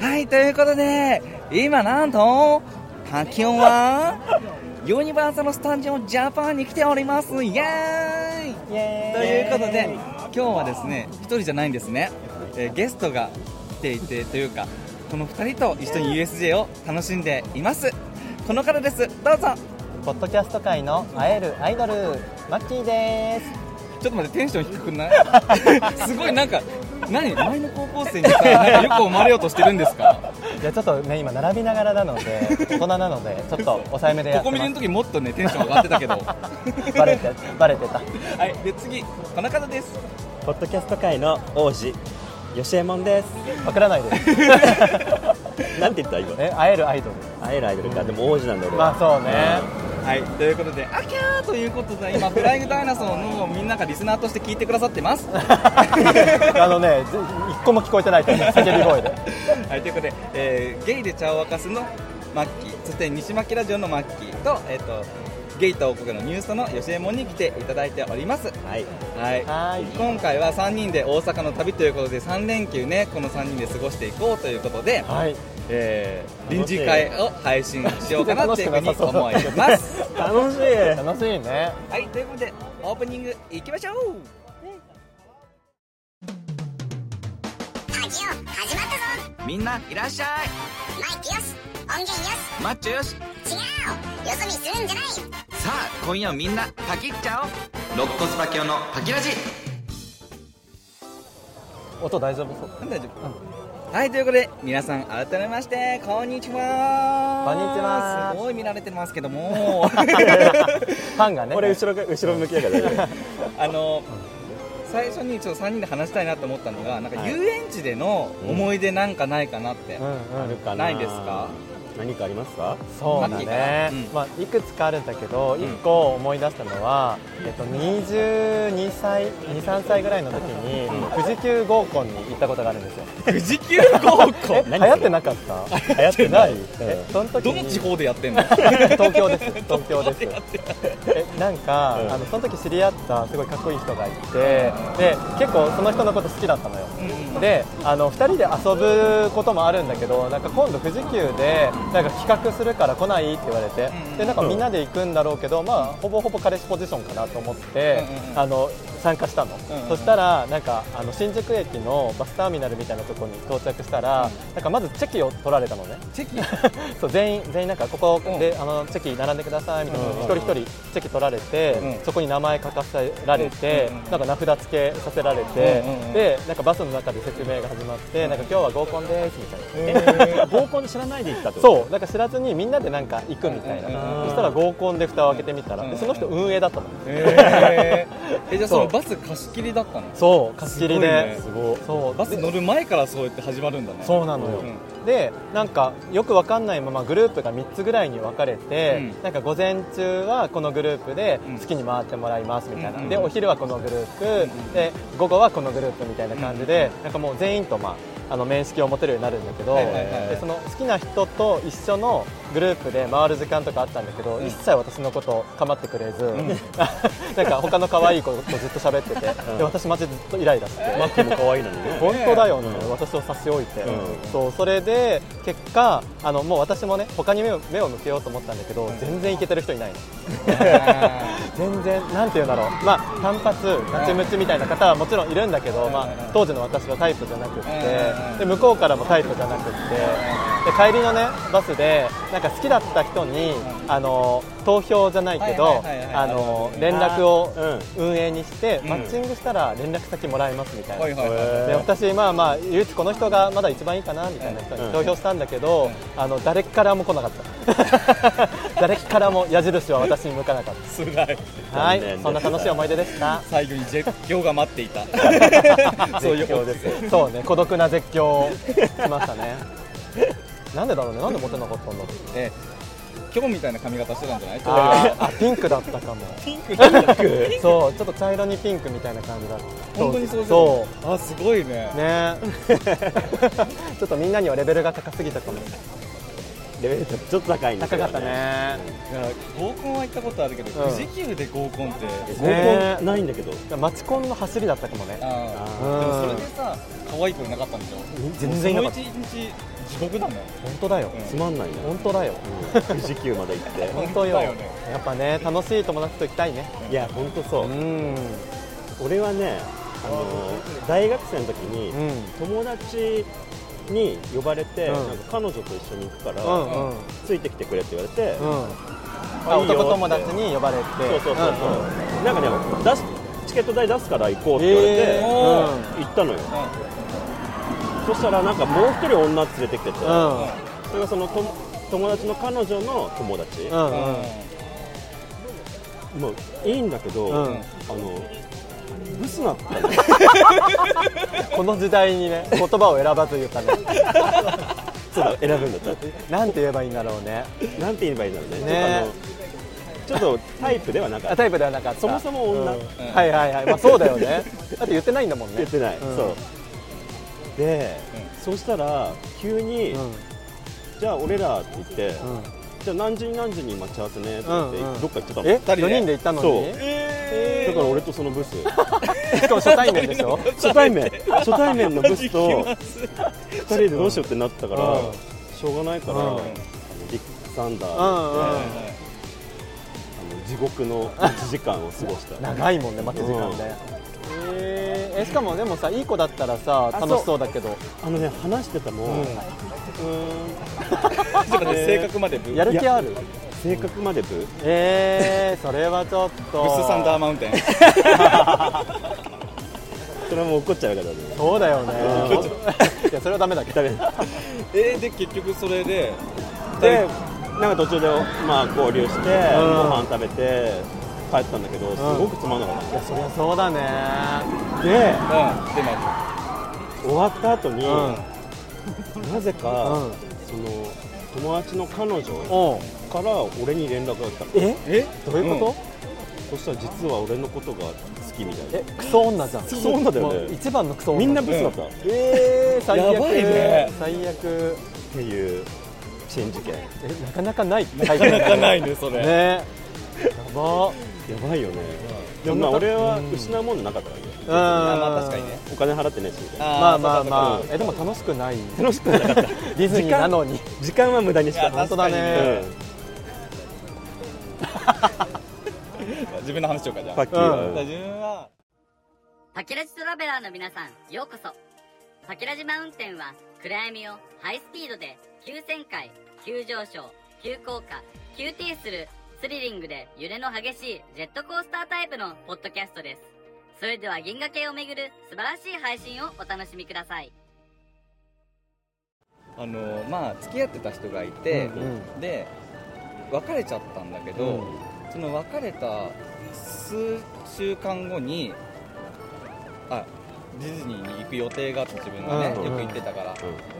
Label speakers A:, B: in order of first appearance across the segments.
A: はいということで今なんとパキオンはユニバーサル・スタジオ・ジャパンに来ておりますイエーイ
B: イエ
A: ということで今日はですね一人じゃないんですね、えーゲストが来ていてというかこの2人と一緒に USJ を楽しんでいますこの方ですどうぞ
B: ポッドキャスト界の会えるアイドルマッキーです
A: ちょっと待ってテンション低くないすごいなんか何前の高校生にさなんかよく思われようとしてるんですか
B: じゃあちょっとね今並びながらなので大人なのでちょっと抑えめでや
A: こ
B: って
A: こ見
B: ま
A: る
B: す
A: の時もっとねテンション上がってたけどは
B: バレてバレてた
A: いで次この方です
C: ポッドキャスト界の王子吉右衛門です
B: わからないです
C: なんて言った今
B: え会えるアイドル
C: 会えるアイドルか、でも王子なんだ俺
B: まあ
C: は、
B: そうね、
A: はいということであきゃーということで今フライングダイナソーのみんながリスナーとして聞いてくださってます
B: あのねず一個も聞こえてないと思う叫び声で
A: はい、ということで、えーゲイで茶を沸かすのマッキー、そして西巻ラジオのマッキーと、えっ、と、ゲイと王国のニュースの吉江門に来ていただいております。
C: はい
A: はい。
B: はい
A: 今回は3人で大阪の旅ということで、3連休ね、この3人で過ごしていこうということで、
B: はい
A: えー臨時会を配信しようかなっていうふうに思い ます。
C: 楽しい
B: 楽しいね
A: はい、ということで、オープニングいきましょう
D: ラジオ始まったぞ
A: みんないらっしゃい
D: マイクよし音源よ
A: マッチョよし
D: し違うよそ見するんじゃない
A: さあ、今夜みんなパキっちゃおう肋骨パキオのパキラジ
B: 音大丈夫そう
A: 大丈夫はいということで皆さん改めましてこんにちは
B: こんにちは
A: すごい見られてますけど も
B: ファンがね
C: 俺後ろが後ろ向きだから大丈
A: あの最初にちょっと3人で話したいなと思ったのがなんか
C: はい
A: 遊園地での思い出なんかないかなって、
B: うん
C: 夫
B: うん
C: か
A: ないですか
C: 何かありますか
B: そうだ
A: マッキー
B: ね
A: がうん、
B: まあ、いくつかあるんだけど
A: ん
B: 1個思い出したのは、えっと、22歳23歳ぐらいの時に
A: うん
B: 富士急合コンに行ったことがあるんですよ
A: 富士急合コ
B: え
A: ン
B: 流
C: 何
B: 行ってなか った流行ってないえその時
A: ど
B: に
A: の地方でやってんの
B: 東京です東京で す
A: やってた
B: えなんか、
C: うん
B: あのその時知り合ったすごいかっこいい人がいてで結構その人のこと好きだったのよ、
A: うん
B: であの2人で遊ぶこともあるんだけどなんか今度富士急でなんか企画するから来ないって言われて、
A: うん
B: でなんかみんなで行くんだろうけど、まあ、ほぼほぼ彼氏ポジションかなと思って、
A: うんうん
B: あの参加したの、
A: うんうん
B: そしたらなんかあの新宿駅のバスターミナルみたいなところに到着したら、なんかまずチェキを取られたのね
A: チェキ
B: そう全員全員なんかここで、あのチェキ並んでくださいみたいな、一
C: うん
B: 人一人チェキ取られて、
A: うん
B: そこに名前書かせられて、
A: うんうんうん
B: なんか名札付けさせられて、
A: うんうんうん
B: でなんかバスの中で説明が始まって、なんか今日は合コンですみたいな、
C: え合コン知らないで行ったって
B: そうなんか知らずにみんなでなんか行くみたいな、
A: うんうんうん
B: そしたら合コンで蓋を開けてみたら、でその人運営だったの、
A: えー、えじゃあその
B: そ
A: バ
B: う
A: ス貸し切りだったの
B: そう貸し切りですすごい、そう
A: バス乗る前からそうやって始まるんだね
B: そうなのよ、でなんかよくわかんないままグループが3つぐらいに分かれて、
A: う
B: なんか午前中はこのグループで
A: うん
B: 好きに回ってもらいますみたいな、
A: うん
B: でお昼はこのグループ、
A: ん
B: で午後はこのグループみたいな感じで、なんかもう全員と、まあ、あの面識を持てるようになるんだけど、
A: はいはいはい
B: でその好きな人と一緒のグループで回る時間とかあったんだけど、
A: ん
B: 一切私のこと構ってくれず、
A: ん
B: なんか他の可愛い子とずっと喋ってて、
C: うん
B: で私マジずっとイライラして。
C: マッキーも可愛いのにね
B: 本当だよね、私を差し置いて、
C: うん
B: そうそれで結果あのもう私もね他に目を目を向けようと思ったんだけど、全然いけてる人 いないの 全然なんていうんだろうまあ単発ガチムチみたいな方はもちろんいるんだけど、まあ、当時の私はタイプじゃなくって、
A: うん
B: で向こうからもタイプじゃなくって、で帰りのねバスでなんか好きだった人に、あの投票じゃないけ
A: はい
B: ど
A: はいはいはい
B: あの連絡を
C: あ
B: 運営にして、
A: うん
B: マッチングしたら連絡先もらえますみたいな、
A: はいはいはい
B: で 私、まあまあ、唯一この人がまだ一番いいかなみたいな人
C: う
B: に
C: ん
B: 投票したんだけど、あの誰からも来なかった、誰からも矢印は私に向かなかっ
A: すごい
B: た、はい
C: 残念で、す
B: そんな楽しい思い出でした、
A: 最後に絶叫が待っていたそういう
C: 絶叫です
B: そうね、孤独な絶叫をしましたね、 なんでだろうね、なんでモテなかったんだろう、
A: え今日みたいな髪型してたんじゃない
B: あーあピンクだったかも、
A: ピンクだった
B: そう、ちょっと茶色にピンクみたいな感じだった、
A: 本当にそうじゃん
B: そ
A: あすごいね
B: うねちょっとみんなにはレベルが高すぎたかも
C: レベルがちょっと高いんです
B: 高
C: よ、ね、
B: かったね
A: いや合コンは行ったことあるけど、
B: うん
A: 富士急で合コンって
C: 合コンないんだけど
B: マチコンの走りだったかもね
A: あ
C: あ
A: ーでもそれでさ可愛い子いなかったんでしょ
B: 全然いなかった
A: その一日地獄だもん
B: 本当だよ、
C: つまんないね
B: 本当だよ
C: 富士急まで行って
B: 本当よ
A: だよね
B: やっぱね楽しい友達と行きたいね
C: いや本当そう、
B: ん
C: 俺はねあの大学生の時に、
B: うん
C: 友達に呼ばれて、
B: うん
C: なんか彼女と一緒に行くから、
B: うんうん
C: ついてきてくれって言われて、
B: うん
C: あ
B: あ
C: いいよって
B: 男友達に呼ばれて
C: そうそうそうそう、
B: ん
C: なんかね出すチケット代出すから行こうって言われて、
B: へー
C: 行ったのよ
A: うん
C: そしたらなんかもう一人女連れてきてて、
B: うん
C: それがそのとも友達の彼女の友達、
B: うんうん
A: う
C: もういいんだけど、
B: うん
C: あのブスだったの
B: この時代 にね言葉を選ばず言ったね
C: そうだ選ぶんだっ
B: なんて言えばいいんだろうね
C: たなんて言えばいいんだろうね
B: ね
C: ちょっとあのちょっとタイプではなか
B: あ
C: った
B: タイプではなかった
C: そもそも女
B: うんはいはいはいまあそうだよねだって言ってないんだもんね
C: 言ってない、
B: うん
C: そうで、そうしたら急に、
B: うん
C: じゃあ俺らって言って、
B: うん
C: じゃあ何時に何時に待ち合わせねって言って、
B: うんうん
C: どっか行ってたの
B: え
C: だか
A: 人で
B: 4人で行ったのに
C: そ
A: え
C: ら俺とそのブス
B: しかも 初対面でしょ
C: 初対面 初対面のブスと2人でどうしようってなったから、
B: うん
C: しょうがないから、
B: うん
C: ディック・サンダ
B: う
C: ーで、
B: んうん
C: あの地獄の1時間を過ごした
B: 長いもんね待ち時間ねえーえしかもでもさいい子だったらさ
C: あそう
B: 楽しそうだけど
C: あのね話してたも、
B: うん
C: う
A: ちょっと待って性格までブ
B: や
A: ブ
B: る気ある
C: ーん性格までブー
B: えーそれはちょっと
A: スサンダーマウンテン
C: それはもう怒っちゃうからね
B: そうだよね いやそれはダメだけ ど
A: えーで結局それで
C: でなんか途中で、まあ、合流して、ご飯食べて帰ったんだけどすごくつまんなかっ
B: いやそりゃそうだね
C: た、で
A: うんでも
C: 終わった後に、
B: う
C: なぜか、
B: うん
C: その友達の彼女か
B: んうん
C: ら俺に連絡が来た
B: え
A: え
B: どういうこと、
C: そしたら実は俺のことが好きみたいな
B: えクソ女じゃん
C: クソ女だよね
B: もう一番のクソ女
C: みんなブスだった、
B: えー、最悪
A: やばいね
B: 最悪
C: っていう新事件や
B: えなかなかないな
A: なかなかないねそれ
B: ねやば
C: ばいよねでもまあ俺は失うものなかったわけ
B: うん
A: あ まあ確かにね
C: お金払ってないし
B: まあまあま
A: あ
B: あえでも楽しくない
C: 楽しくなかった
B: ディズニーなのに
C: 時間は無駄にし
A: いや
C: た
A: 確
B: かに
C: う
B: ね
C: ん
A: ーそうか自分の話しようかじゃあ
C: パッキーは、
B: う
A: だから自分は
E: パキラジトラベラーの皆さん、ようこそ。パキラジマウンテンは、暗闇をハイスピードで9000回、急上昇、急降下、急停する、スリリングで揺れの激しいジェットコースタータイプのポッドキャストです。それでは銀河系をめぐる素晴らしい配信をお楽しみください。
A: あのまあ付き合ってた人がいて
B: うん
A: で別れちゃったんだけ
B: う
A: ど
B: ん
A: その別れた数週間後にあディズニーに行く予定があって自分がね
B: うん
A: よく行ってたから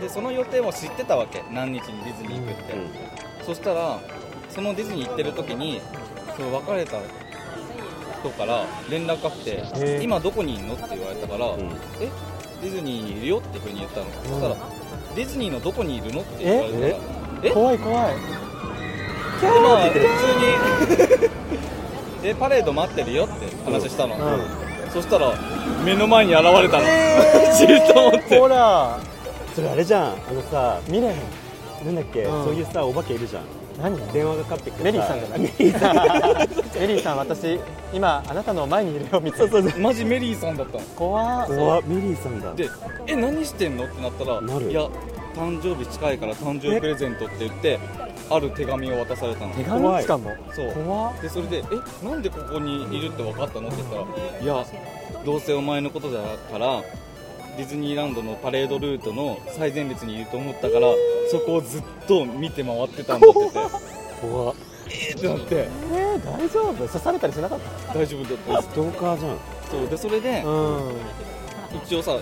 A: でその予定も知ってたわけ何日にディズニー行くって、
C: うん
A: そしたらそのディズニー行ってる時にその別れた人から連絡が来て
B: へ
A: 「
B: え
A: 今どこにいんの?」って言われたから「
C: うん
A: えディズニーにいるよ」ってふうに言ったの、そしたら「ディズニーのどこにいるの?」って言われたから「え
B: 怖い怖い
A: キャー!」って普通に え「パレード待ってるよ」って話したの、そしたら目の前に現れたの、 知ると思って
B: ほら
C: それあれじゃんあのさ
B: 見れへん
C: なんだっけ、
B: うん
C: そういうさお化けいるじゃん
B: 何
C: 電話がかかってくる
B: メリーさんじゃない
C: メリーさん
B: エリーさん私今あなたの前にいるよみたいな
A: マジメリーさんだったの
B: 怖っ
C: 怖っメリーさんだ
A: で「え何してんの?」ってなったら
C: なる
A: いや誕生日近いから誕生日プレゼント」って言ってある手紙を渡されたの
B: 手紙しかも
A: そう
B: 怖っ
A: でそれで「えなんでここにいるって分かったの?」って言ったら「いやどうせお前のことだからディズニーランドのパレードルートの最前列にいると思ったからそこをずっと見て回ってたんだ」って言って
C: 怖っ
A: 「えっ!」てなって
B: えー、大丈夫刺されたりしなかった
A: 大丈夫だった
C: ストーカーじゃん
A: そうでそれで
B: うん
A: 一応さ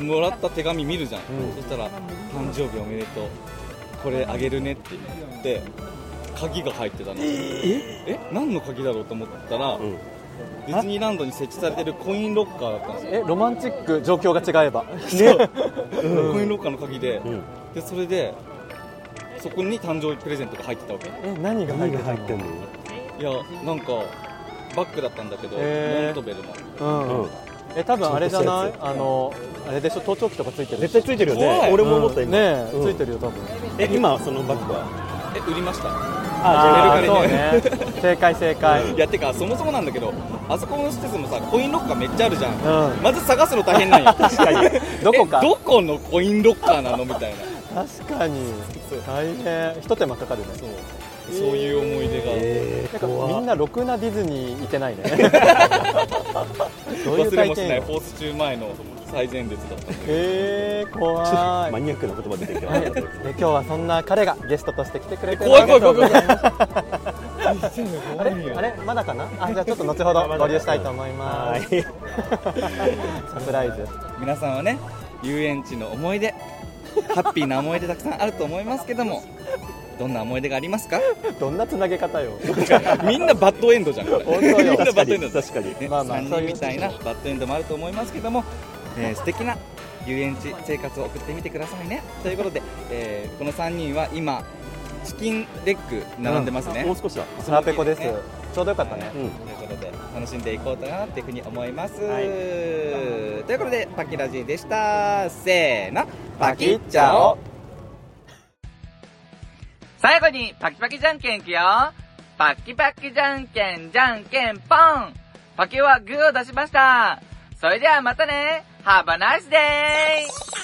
A: もらった手紙見るじゃん、
B: うん
A: そしたら「誕生日おめでとうこれあげるね」って言って鍵が入ってたのえ何の鍵だろうと思ったら、
C: ん
A: ディズニーランドに設置されてるコインロッカーだったんですよ
B: えロマンチック状況が違えば
A: そうコインロッカーの鍵で、
C: うん
A: でそれでそこに誕生日プレゼントが入ってたわけ
B: え何が入ってたの
C: んの
A: いやなんかバッグだったんだけど、
B: へー
A: モントベルの
B: うん、
C: うん
B: え多分あれじゃない
C: ちょっとしたやつ
B: あのあれでしょ盗聴器とかついてる
C: 絶対ついてるよね俺も思った今
B: ねえ、
C: うん
B: ついてるよ多分
C: え今そのバッグは
A: え売りました
C: あ
A: ー
C: じゃあメルカリね
B: あーそうね正解正解
A: いやてかそもそもなんだけどあそこの施設もさコインロッカーめっちゃあるじゃん、
B: う
A: まず探すの大変 なんよ確
C: か に
B: どこか
A: どこのコインロッカーなのみたいな
B: 確かに
A: そう
B: 大変一手間かかるね
A: そうそういう思い出が、
C: え
B: なん
C: ー
B: か
C: 怖
B: みん
C: っ
B: なろくなディズニー行ってないねどういう
A: 忘れもし
B: 体
A: な
B: 験
A: い
B: よ
A: フォース中前の最前列だったん で
B: えー、怖い
C: マニアックな言葉出てきた
B: はい、で今日はそんな彼がゲストとして来てくれて
A: 怖い怖い怖 い怖い
B: ありがとうございますあれ
A: 怖いよ
B: あれまだかなあじゃあちょっ と後ほど合流したいと思いま
C: は
B: す
C: い
B: サプライズ
A: 皆さんはね遊園地の思い 出ハッピーな思い出たくさんあると思いますけどもどんな思い出がありますか
B: どんなつなげ方よ
A: みんなバッドエンドじゃんこれ
B: 本当よ
A: みんなバッドエンド
C: 確かに
A: ね、
B: まあまあ
A: 3人みたいなバッドエンドもあると思いますけども、えー素敵な遊園地生活を送ってみてくださいねということで、えーこの3人は今チキンレッグ並んでますね、
C: もう少しだ
B: スラペコです
A: ね
B: ちょうどよかったね
A: ということで楽しんでいこうかなっていうふうに思います、
C: はい
A: ということでパキラジでしたせーのパキッチャオ
B: オ
F: 最後にパキパキじゃんけんいくよ。パキパキじゃんけんじゃんけんぽん。パキはグーを出しました。それではまたね。Have a nice day!